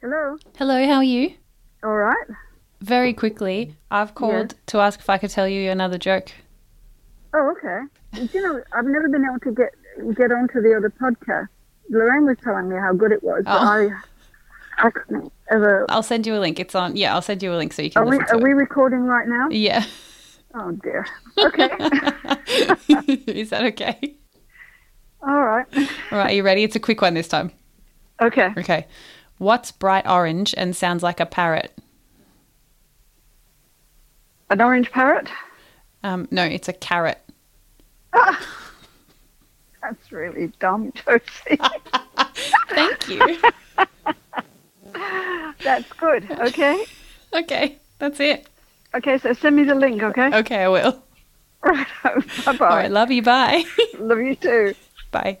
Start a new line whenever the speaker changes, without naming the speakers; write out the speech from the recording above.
Hello.
Hello, how are you?
All right.
Very quickly, I've called to ask if I could tell you another joke.
Oh, okay. Do you know, I've never been able to get get onto the other podcast. Lorraine was telling me how good it was, but
Oh.
I I couldn't ever.
I'll send you a link. It's on. Yeah, I'll send you a link so you can
Are we
listen to
are we recording right now?
it. Yeah.
Oh dear. Okay.
Is that okay?
All right.
All right, are you ready? It's a quick one this time.
Okay.
Okay. What's bright orange and sounds like a parrot?
An orange parrot.
Um, no, it's a carrot.
That's really dumb, Josie.
Thank you.
That's good. Okay.
okay, that's it.
Okay. So send me the link. Okay.
Okay, I will.
Right. bye
All right,
bye.
love you. Bye.
Love you too.
bye.